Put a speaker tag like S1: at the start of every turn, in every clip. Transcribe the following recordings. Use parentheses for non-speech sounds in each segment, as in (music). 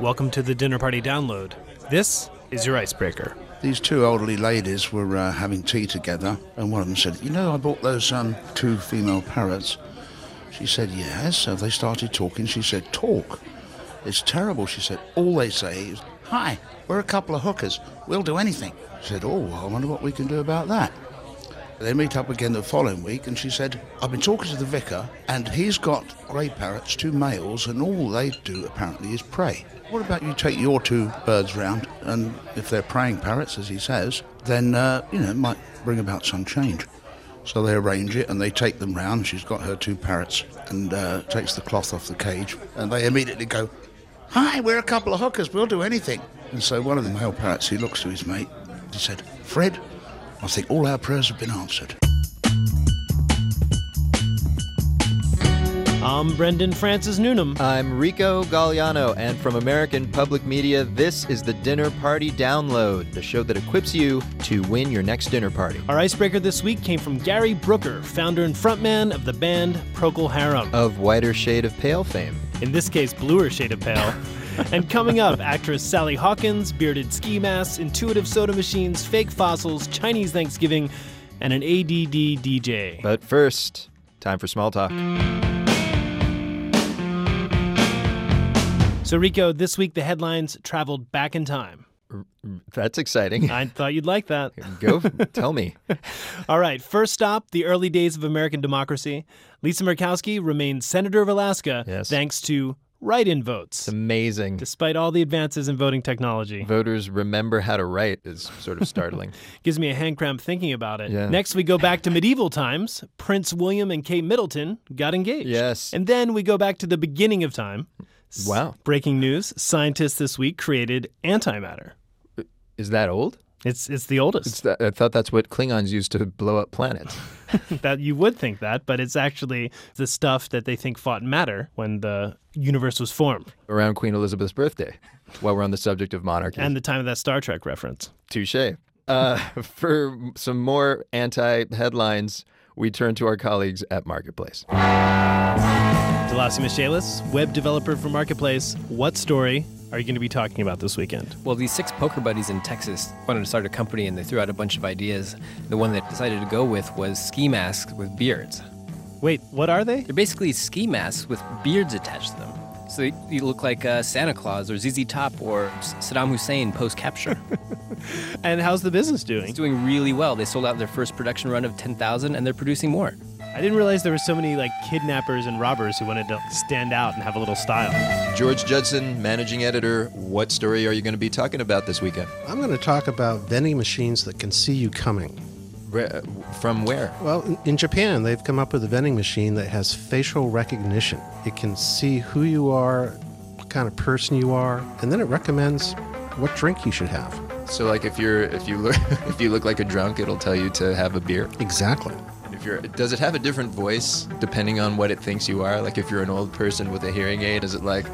S1: Welcome to the Dinner Party Download. This is your icebreaker.
S2: These two elderly ladies were uh, having tea together, and one of them said, You know, I bought those um, two female parrots. She said, Yes. So they started talking. She said, Talk. It's terrible. She said, All they say is, Hi, we're a couple of hookers. We'll do anything. I said, Oh, well, I wonder what we can do about that. They meet up again the following week, and she said, I've been talking to the vicar, and he's got grey parrots, two males, and all they do apparently is pray. What about you take your two birds round, and if they're praying parrots, as he says, then, uh, you know, it might bring about some change. So they arrange it and they take them round. She's got her two parrots and uh, takes the cloth off the cage, and they immediately go, Hi, we're a couple of hookers, we'll do anything. And so one of the male parrots, he looks to his mate, he said, Fred, I think all our prayers have been answered.
S1: I'm Brendan Francis Noonan. Uh,
S3: I'm Rico Galliano, and from American Public Media, this is the Dinner Party Download, the show that equips you to win your next dinner party.
S1: Our icebreaker this week came from Gary Brooker, founder and frontman of the band Procol Harum.
S3: Of Whiter Shade of Pale fame.
S1: In this case, bluer shade of pale. and coming up, actress Sally Hawkins, bearded ski masks, intuitive soda machines, fake fossils, Chinese Thanksgiving, and an ADD DJ.
S3: But first, time for small talk.
S1: So, Rico, this week the headlines traveled back in time. (laughs)
S3: That's exciting.
S1: I thought you'd like that.
S3: Go tell me.
S1: All right, first stop the early days of American democracy. Lisa Murkowski remained Senator of Alaska
S3: Yes.
S1: thanks to write in votes,
S3: It's amazing.
S1: despite all the advances in voting technology.
S3: Voters remember how to write is sort of startling.
S1: Gives me a hand cramp thinking about it.
S3: Yeah.
S1: Next, we go back to medieval times. Prince William and Kate Middleton got engaged.
S3: Yes.
S1: And then we go back to the beginning of time. S-
S3: Wow.
S1: Breaking news scientists this week created antimatter.
S3: Is that old?
S1: It's, it's the oldest.
S3: It's that, I thought that's what Klingons used to blow up planets.
S1: that you would think that, but it's actually the stuff that they think fought matter when the universe was formed
S3: Around Queen Elizabeth's birthday, while we're on the subject of monarchy.
S1: and the time of that Star Trek reference.
S3: Touche. Uh, (laughs) for some more anti headlines, we turn to our colleagues at Marketplace.
S1: Delasi Michaelis, web developer for Marketplace, what story are you going to be talking about this weekend?
S4: Well, these six poker buddies in Texas wanted to start a company and they threw out a bunch of ideas. The one they decided to go with was ski masks with beards.
S1: Wait, what are they?
S4: They're basically ski masks with beards attached to them. So you- you look like uh, Santa Claus or ZZ Top or S- Saddam Hussein post capture.
S1: And how's the business doing?
S4: it's doing really well. They sold out their first production run of 10,000 and they're producing more.
S1: I didn't realize there were so many like kidnappers and robbers who wanted to stand out and have a little style.
S3: George Judson, managing editor, what story are you going to be talking about this weekend?
S5: I'm going to talk about vending machines that can see you coming.
S3: Where- uh, From where?
S5: Well, in- in Japan, they've come up with a vending machine that has facial recognition. It can see who you are, what kind of person you are, and then it recommends what drink you should have.
S3: So, like, if you're if you look (laughs) if you look like a drunk, it'll tell you to have a beer.
S5: Exactly.
S3: If you're, does it have a different voice depending on what it thinks you are? Like, if you're an old person with a hearing aid, is it like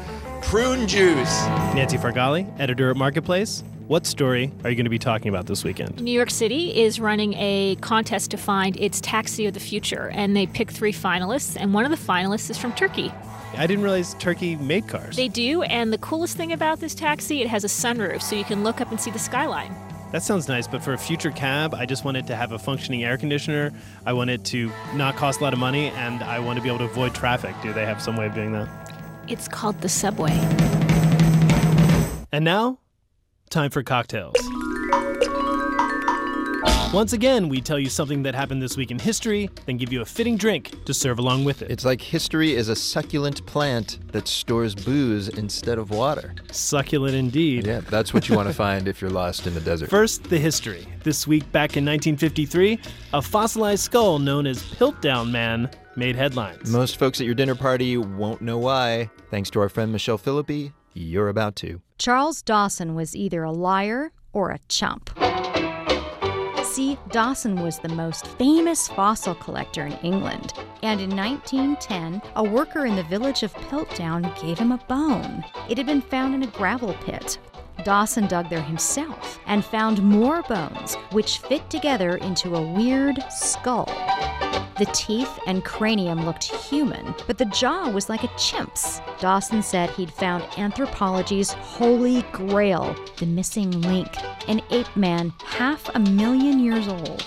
S3: prune juice?
S1: Nancy Fargali, editor at Marketplace, what story are you going to be talking about this weekend?
S6: New York City is running a contest to find its taxi of the future, and they pick three finalists, and one of the finalists is from Turkey.
S1: I didn't realize Turkey made cars.
S6: They do, and the coolest thing about this taxi, it has a sunroof, so you can look up and see the skyline.
S1: That sounds nice, but for a future cab, I just want it to have a functioning air conditioner. I want it to not cost a lot of money, and I want to be able to avoid traffic. Do they have some way of doing that?
S6: It's called the subway.
S1: And now, time for cocktails. Once again, we tell you something that happened this week in history, then give you a fitting drink to serve along with it.
S3: It's like history is a succulent plant that stores booze instead of water.
S1: succulent indeed.
S3: Yeah, that's what you want to find if you're lost in the desert.
S1: First, the history. This week, back in 1953, a fossilized skull known as Piltdown Man made headlines.
S3: Most folks at your dinner party won't know why. Thanks to our friend Michelle Philippi, you're about to.
S7: Charles Dawson was either a liar or a chump. See, Dawson was the most famous fossil collector in England, and in 1910, a worker in the village of Piltdown gave him a bone. It had been found in a gravel pit. Dawson dug there himself and found more bones, which fit together into a weird skull. The teeth and cranium looked human, but the jaw was like a chimp's. Dawson said he'd found anthropology's holy grail, the missing link, an ape man half a million years old.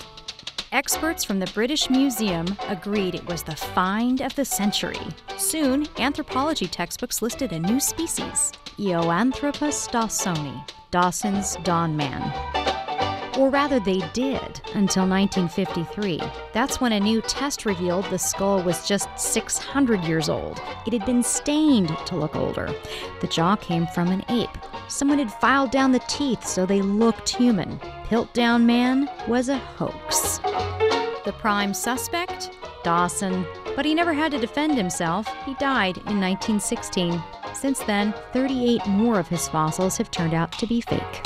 S7: Experts from the British Museum agreed it was the find of the century. Soon, anthropology textbooks listed a new species, Eoanthropus dawsoni, Dawson's Dawn Man. Or rather, they did until 1953. That's when a new test revealed the skull was just 600 years old. It had been stained to look older. The jaw came from an ape. Someone had filed down the teeth so they looked human. Piltdown Man was a hoax. The prime suspect? Dawson. But he never had to defend himself. He died in 1916. Since then, 38 more of his fossils have turned out to be fake.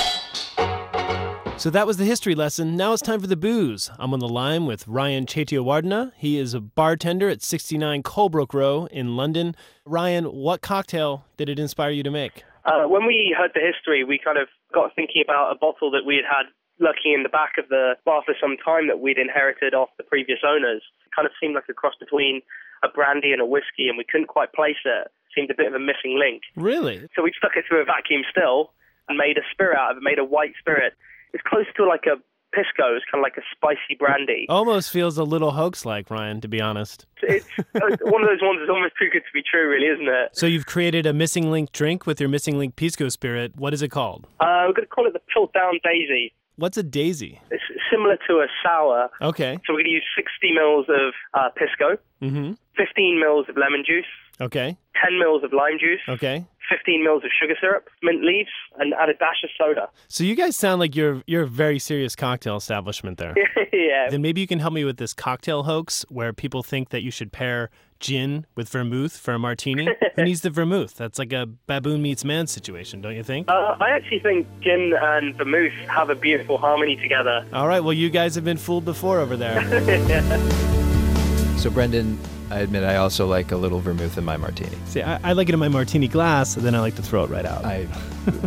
S1: So that was the history lesson. Now it's time for the booze. I'm on the line with Ryan Chetiawardena. He is a bartender at 69 Colebrook Row in London. Ryan, what cocktail did it inspire you to make?
S8: Uh, when we heard the history, we kind of got thinking about a bottle that we had had lurking in the back of the bar for some time that we'd inherited off the previous owners. It kind of seemed like a cross between a brandy and a whiskey, and we couldn't quite place it. Seemed a bit of a missing link.
S1: Really?
S8: So we stuck it through a vacuum still and made a spirit out of it, made a white spirit. It's close to like a pisco, it's kind of like a spicy brandy.
S1: Almost feels a little hoax like, Ryan, to be honest.
S8: It's it's one of those ones that's almost too good to be true, really, isn't it?
S1: So you've created a missing link drink with your missing link Pisco spirit. What is it called?
S8: Uh, we're going to call it the Piltdown Daisy.
S1: What's a daisy?
S8: It's similar to a sour.
S1: Okay.
S8: So we're going to use 60 mils of uh, pisco,
S1: Mm
S8: 15 mils of lemon juice,
S1: hmm. Okay.
S8: 10 mils of lime juice,
S1: Okay.
S8: 15 mils of sugar syrup, mint leaves, and add a dash of soda.
S1: So you guys sound like you're you're a very serious cocktail establishment (laughs) there.
S8: yeah.
S1: Then maybe you can help me with this cocktail hoax where people think that you should pair gin with vermouth for a martini. Who needs the vermouth? That's like a baboon meets man situation, don't you think?
S8: Uh, I actually think gin and vermouth have a beautiful harmony together.
S1: All right, well you guys have been fooled before over there. (laughs)
S3: So, Brendan, I admit I also like a little vermouth in my martini.
S1: See, I, I like it in my martini glass, and then I like to throw it right out.
S3: I,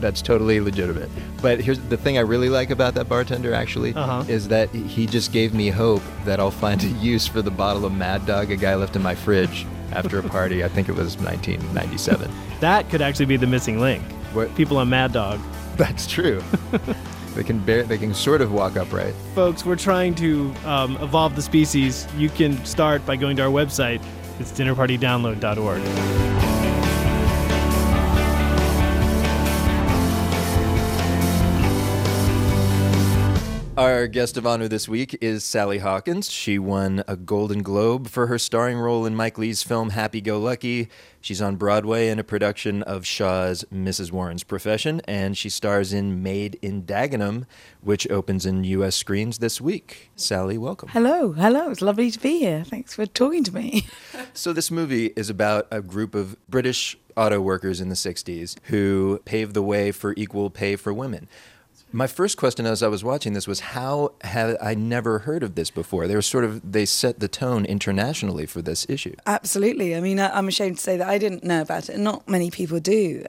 S3: that's totally legitimate. But here's the thing I really like about that bartender, actually,
S1: Uh-huh.
S3: is that he just gave me hope that I'll find a use for the bottle of Mad Dog a guy left in my fridge after a party. I think it was 1997.
S1: that could actually be the missing link.
S3: What-
S1: People on Mad Dog.
S3: That's true. they can bear, they can sort of walk upright.
S1: Folks, we're trying to um, evolve the species. You can start by going to our website. It's dinnerpartydownload.org.
S3: Our guest of honor this week is Sally Hawkins. She won a Golden Globe for her starring role in Mike Lee's film Happy Go Lucky. She's on Broadway in a production of Shaw's Mrs. Warren's Profession, and she stars in Made in Dagenham, which opens in U.S. screens this week. Sally, welcome.
S5: Hello, hello. It's lovely to be here. Thanks for talking to me.
S3: So, this movie is about a group of British auto workers in the 60s who paved the way for equal pay for women. My first question as I was watching this was how had I never heard of this before? They were sort of they set the tone internationally for this issue.
S5: Absolutely. I mean, I, I'm ashamed to say that I didn't know about it, and not many people do.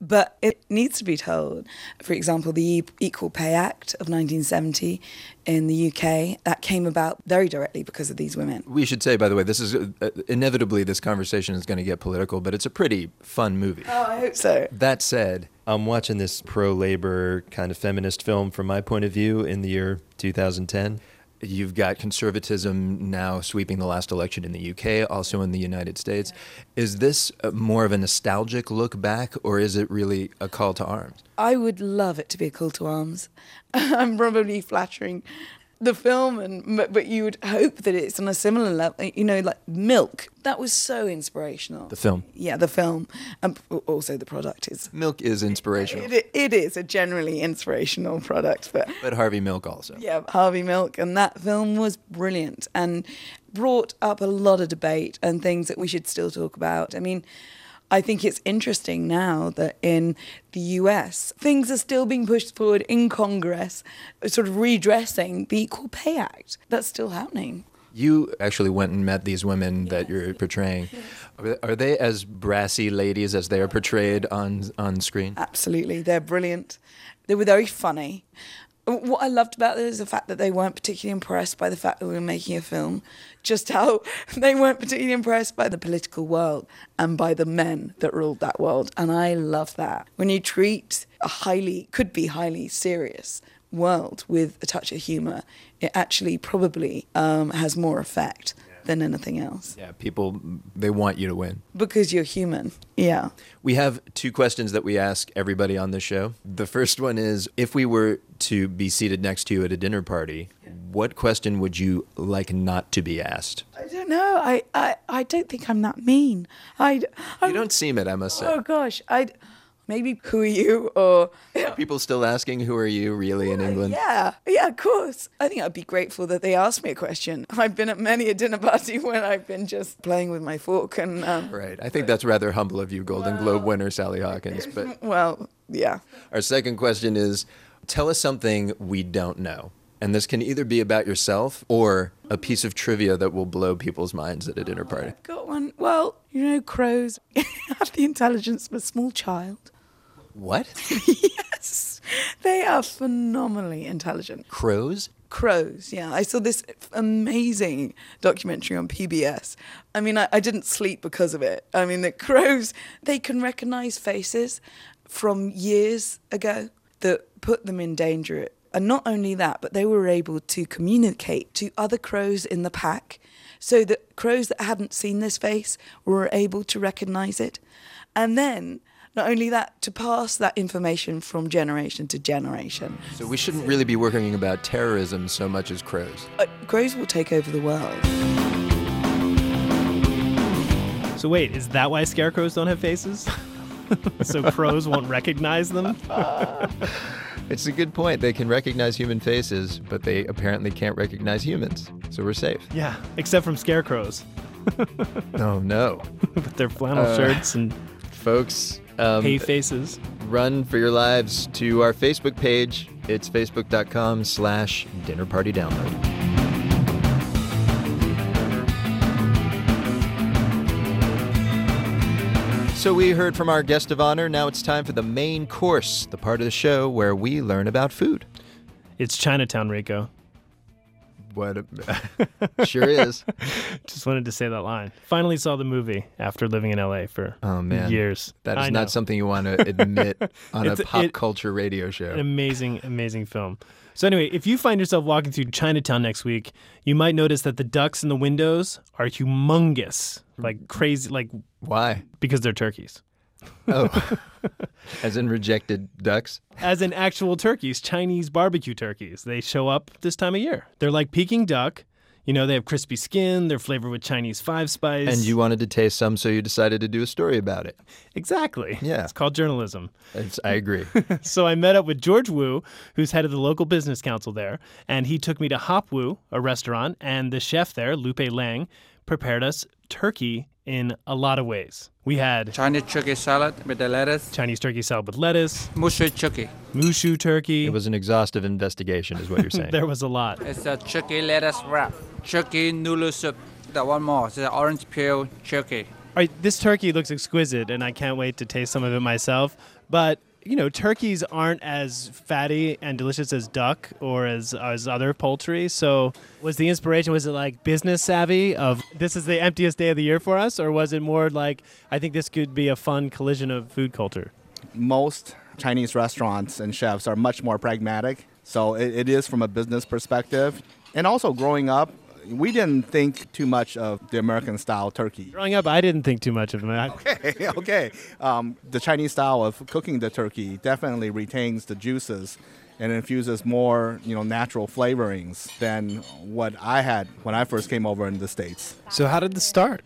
S5: But it needs to be told. For example, the E- Equal Pay Act of 1970 in the UK that came about very directly because of these women.
S3: We should say by the way this is uh, inevitably this conversation is going to get political, but it's a pretty fun movie.
S5: Oh, I hope so.
S3: That said, I'm watching this pro labor kind of feminist film from my point of view in the year 2010. You've got conservatism now sweeping the last election in the UK, also in the United States. Is this uh, more of a nostalgic look back, or is it really a call to arms?
S5: I would love it to be a call to arms. I'm probably flattering the film, and but- but you would hope that it's on a similar level. You know, like Milk. That was so inspirational.
S3: The film.
S5: yeah, the film, and p- also the product is.
S3: Milk is inspirational,
S5: (laughs) It, it is a generally inspirational product, but
S3: but Harvey Milk also.
S5: yeah, Harvey Milk and that film was brilliant and brought up a lot of debate and things that we should still talk about. I mean, I think it's interesting now that in the US, things are still being pushed forward in Congress, sort of redressing the Equal Pay Act. That's still happening.
S3: You actually went and met these women that you're portraying. Are- Are they as brassy ladies as they are portrayed on on screen?
S9: Uh,
S5: Absolutely. They're brilliant. They were very funny.
S9: what I loved about it is the fact that they weren't particularly (laughs) impressed by the fact that we were making a film, just how they weren't particularly impressed by the political world and by the men that ruled that world. And I love that. When you treat a highly, could be highly serious world with a touch of humour, it actually probably um, has more effect than anything else
S3: Yeah, people, they want you to win.
S9: because you're human. Yeah.
S3: We have two questions that we ask everybody on this show. The first one is if we were to be seated next to you at a dinner party, what question would you like not to be asked?
S9: I don't know. I, I, I don't think I'm that mean. I, I
S3: You don't seem it, I must say.
S9: Oh gosh, I maybe who are you or
S3: People still asking, who are you really in England?
S9: yeah, yeah, of course. I think I'd be grateful that they asked me a question. I've been at many a dinner party (laughs) when I've been just playing with my fork and um,
S3: Right. I think that's rather humble of you, Golden Globe winner Sally Hawkins.
S9: (laughs)
S3: But
S9: well, yeah.
S3: our second question is tell us something we don't know. And this can either be about yourself or a piece of trivia that will blow people's minds at a
S9: Oh
S3: dinner party.
S9: Got one. Well, you know, crows have the intelligence of a small child.
S3: What?
S9: yes, they are phenomenally intelligent.
S3: Crows?
S9: crows. Yeah, I saw this amazing documentary on PBS. I mean, I, I didn't sleep because of it. I mean, the crows, they can recognize faces from years ago that put them in danger. And not only that, but they were able to communicate to other crows in the pack so that crows that hadn't seen this face were able to recognize it. And then, not only that, to pass that information from generation to generation.
S3: So we shouldn't really be worrying about terrorism so much as crows.
S9: Uh, crows will take over the world.
S1: So wait, is that why scarecrows don't have faces? (laughs) so crows won't recognize them?
S3: It's a good point. They can recognize human faces, but they apparently can't recognize humans. So we're safe.
S1: Yeah, except from scarecrows
S3: No, no.
S1: with their flannel
S3: Uh,
S1: shirts and
S3: Folks, um,
S1: hay faces.
S3: run for your lives to our Facebook page. It's facebook.com slash dinner party download. So we heard from our guest of honor. Now it's time for the main course, the part of the show where we learn about food.
S1: It's Chinatown, Rico.
S3: What a, (laughs) sure is.
S1: Just wanted to say that line. Finally saw the movie after living in LA for
S3: Oh man.
S1: years.
S3: That
S1: I
S3: is
S1: know.
S3: not something
S1: (laughs)
S3: you want to admit on a
S1: It's-
S3: pop
S1: it-
S3: culture radio show.
S1: An amazing, amazing film. So anyway, if you find yourself walking through Chinatown next week, you might notice that the ducks in the windows are humongous,
S3: Hmm.
S1: like crazy, like
S3: Why?
S1: because they're turkeys. (laughs)
S3: Oh. As in rejected ducks?
S1: As in actual turkeys, Chinese barbecue turkeys, they show up this time of year. They're like Peking duck. You know, they have crispy skin. They're flavored with Chinese five spice.
S3: And you wanted to taste some, so you decided to do a story about it.
S1: exactly.
S3: Yeah.
S1: it's called journalism.
S3: It's, I agree.
S1: So I met up with George Wu, who's head of the local business council there, and he took me to Hop Wu, a restaurant, and the chef there, Lupe Lang, prepared us turkey in a lot of ways. We had
S10: Chinese turkey salad with the lettuce,
S1: Chinese turkey salad with lettuce,
S10: mushu turkey.
S1: mushu turkey.
S3: it was an exhaustive investigation, is what you're saying.
S1: (laughs) there was a lot.
S10: It's a turkey lettuce wrap, turkey noodle soup. That one more, it's an orange peel turkey.
S1: All right, this turkey looks exquisite, and I can't wait to taste some of it myself. But you know, turkeys aren't as fatty and delicious as duck or as as other poultry. So, was the inspiration was it like business savvy of this is the emptiest day of the year for us, or was it more like I think this could be a fun collision of food culture?
S8: most Chinese restaurants and chefs are much more pragmatic. So it, it is from a business perspective. And also growing up, we didn't think too much of the American style turkey. (laughs)
S1: Growing up, I didn't think too much of that.
S8: okay. Um, the Chinese style of cooking the turkey definitely retains the juices and infuses more, you know, natural flavorings than what I had when I first came over in the States.
S1: So, how did this start?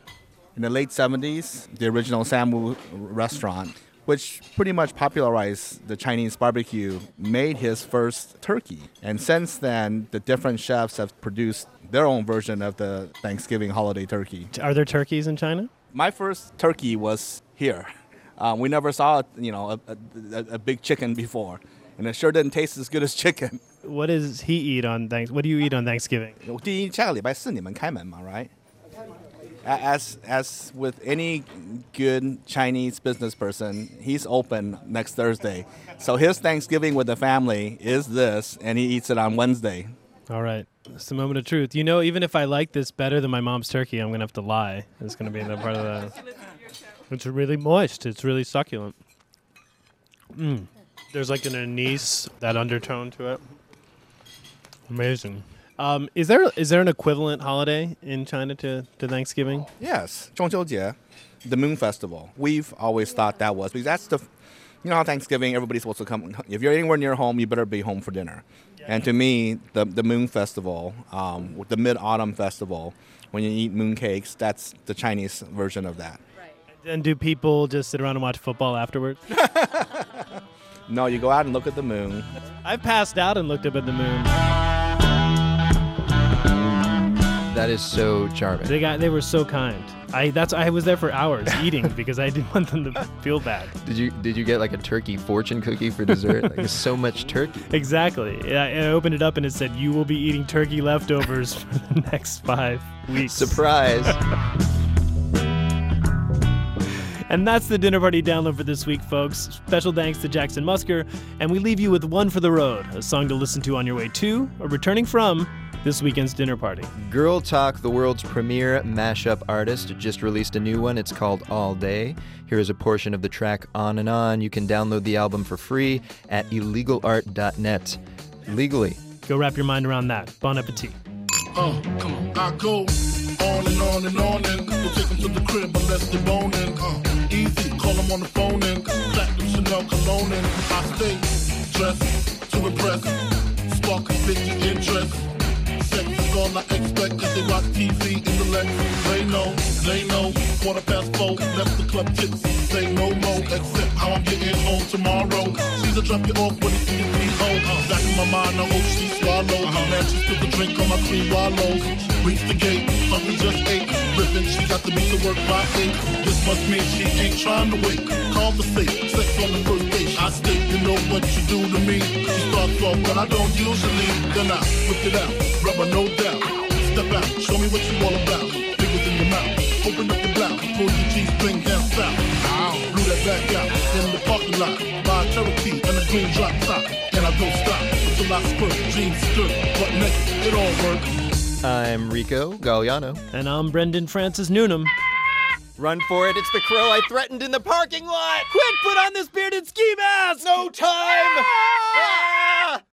S8: In the late 70s, the original Samu restaurant, which pretty much popularized the Chinese barbecue, made his first turkey. And since then, the different chefs have produced their own version of the Thanksgiving holiday turkey.
S1: Are there turkeys in China?
S8: My first turkey was here. Um, we never saw, you know, a, a, a- a big chicken before, and it sure didn't taste as good as chicken.
S1: What does he eat on thanks? What do you eat on Thanksgiving?
S8: 第一，下个礼拜四你们开门嘛，right？ a- as as with any good Chinese business person, he's open next Thursday. So his Thanksgiving with the family is this, and he eats it on Wednesday.
S1: All right. It's the moment of truth. You know, even if I like this better than my mom's turkey, I'm going to have to lie. It's going to be the part of the. It's really moist. It's really succulent. Mm. There's like an anise, that undertone to it. Amazing. Um, is there is there an equivalent holiday in China to, to Thanksgiving?
S8: Yes, Zhongqiujie, the Moon Festival. We've always thought that was because that's the, you know how Thanksgiving everybody's supposed to come. If you're anywhere near home, you better be home for dinner. And to me, the the Moon Festival, um, with the Mid Autumn Festival, when you eat moon cakes, that's the Chinese version of that.
S1: And do people just sit around and watch football afterwards? (laughs)
S8: No, you go out and look at the moon.
S1: I've passed out and looked up at the moon.
S3: That is so charming.
S1: They got they were so kind. I that's I was there for hours eating because I didn't (laughs) want them to feel bad.
S3: Did you did you get like a turkey fortune cookie for dessert? like there's so much turkey.
S1: Exactly. And I, and I opened it up and it said, "You will be eating turkey leftovers (laughs) for the next five weeks."
S3: Surprise.
S1: and that's the dinner party download for this week, folks. Special thanks to Jackson Musker, and we leave you with "One for the Road," a song to listen to on your way to or returning from this weekend's dinner party.
S3: Girl Talk, the world's premier mashup artist, just released a new one. It's called All Day. Here is a portion of the track On and On. You can download the album for free at illegalart.net. Legally.
S1: Go wrap your mind around that. Bon appetit.
S11: Uh, come on. I go on and on and on and we'll take them to the crib unless they're boning. Uh, easy, call them on the phone and platinum Chanel cologne and I stay dressed to impress, spark a sticky interest. Sex is all I expect 'cause they watch TV in the Lex. They know, they know, quarter past four, left the club tipsy, say no more, except how I'm getting home tomorrow. Caesar drop you off when he sees me home. Uh, back in my mind, I hope she swallows. I'm mad she spilled the drink on my cream wallows. Reach the gate, hungry just ate. Rippin', she got to be to work by eight. This must mean she ain't trying to wait. Conversate, sex on the first date. I state, you know what you do to me. She starts off, but I don't usually. Then I whip it out, rubber no doubt. Step out, show me what you all about. Fingers in your mouth, open up your blouse, pull your G-string down south. Blew that back out in the parking lot. Buy a Cherokee and a green drop top, and I don't stop until I squirt. Jeans skirt, butt naked, it all works.
S3: I'm Rico Galliano.
S1: And I'm Brendan Francis Noonan.
S3: Run for it. It's the crow Oh, I threatened in the parking lot.
S1: Quick, put on this bearded ski mask.
S3: No time.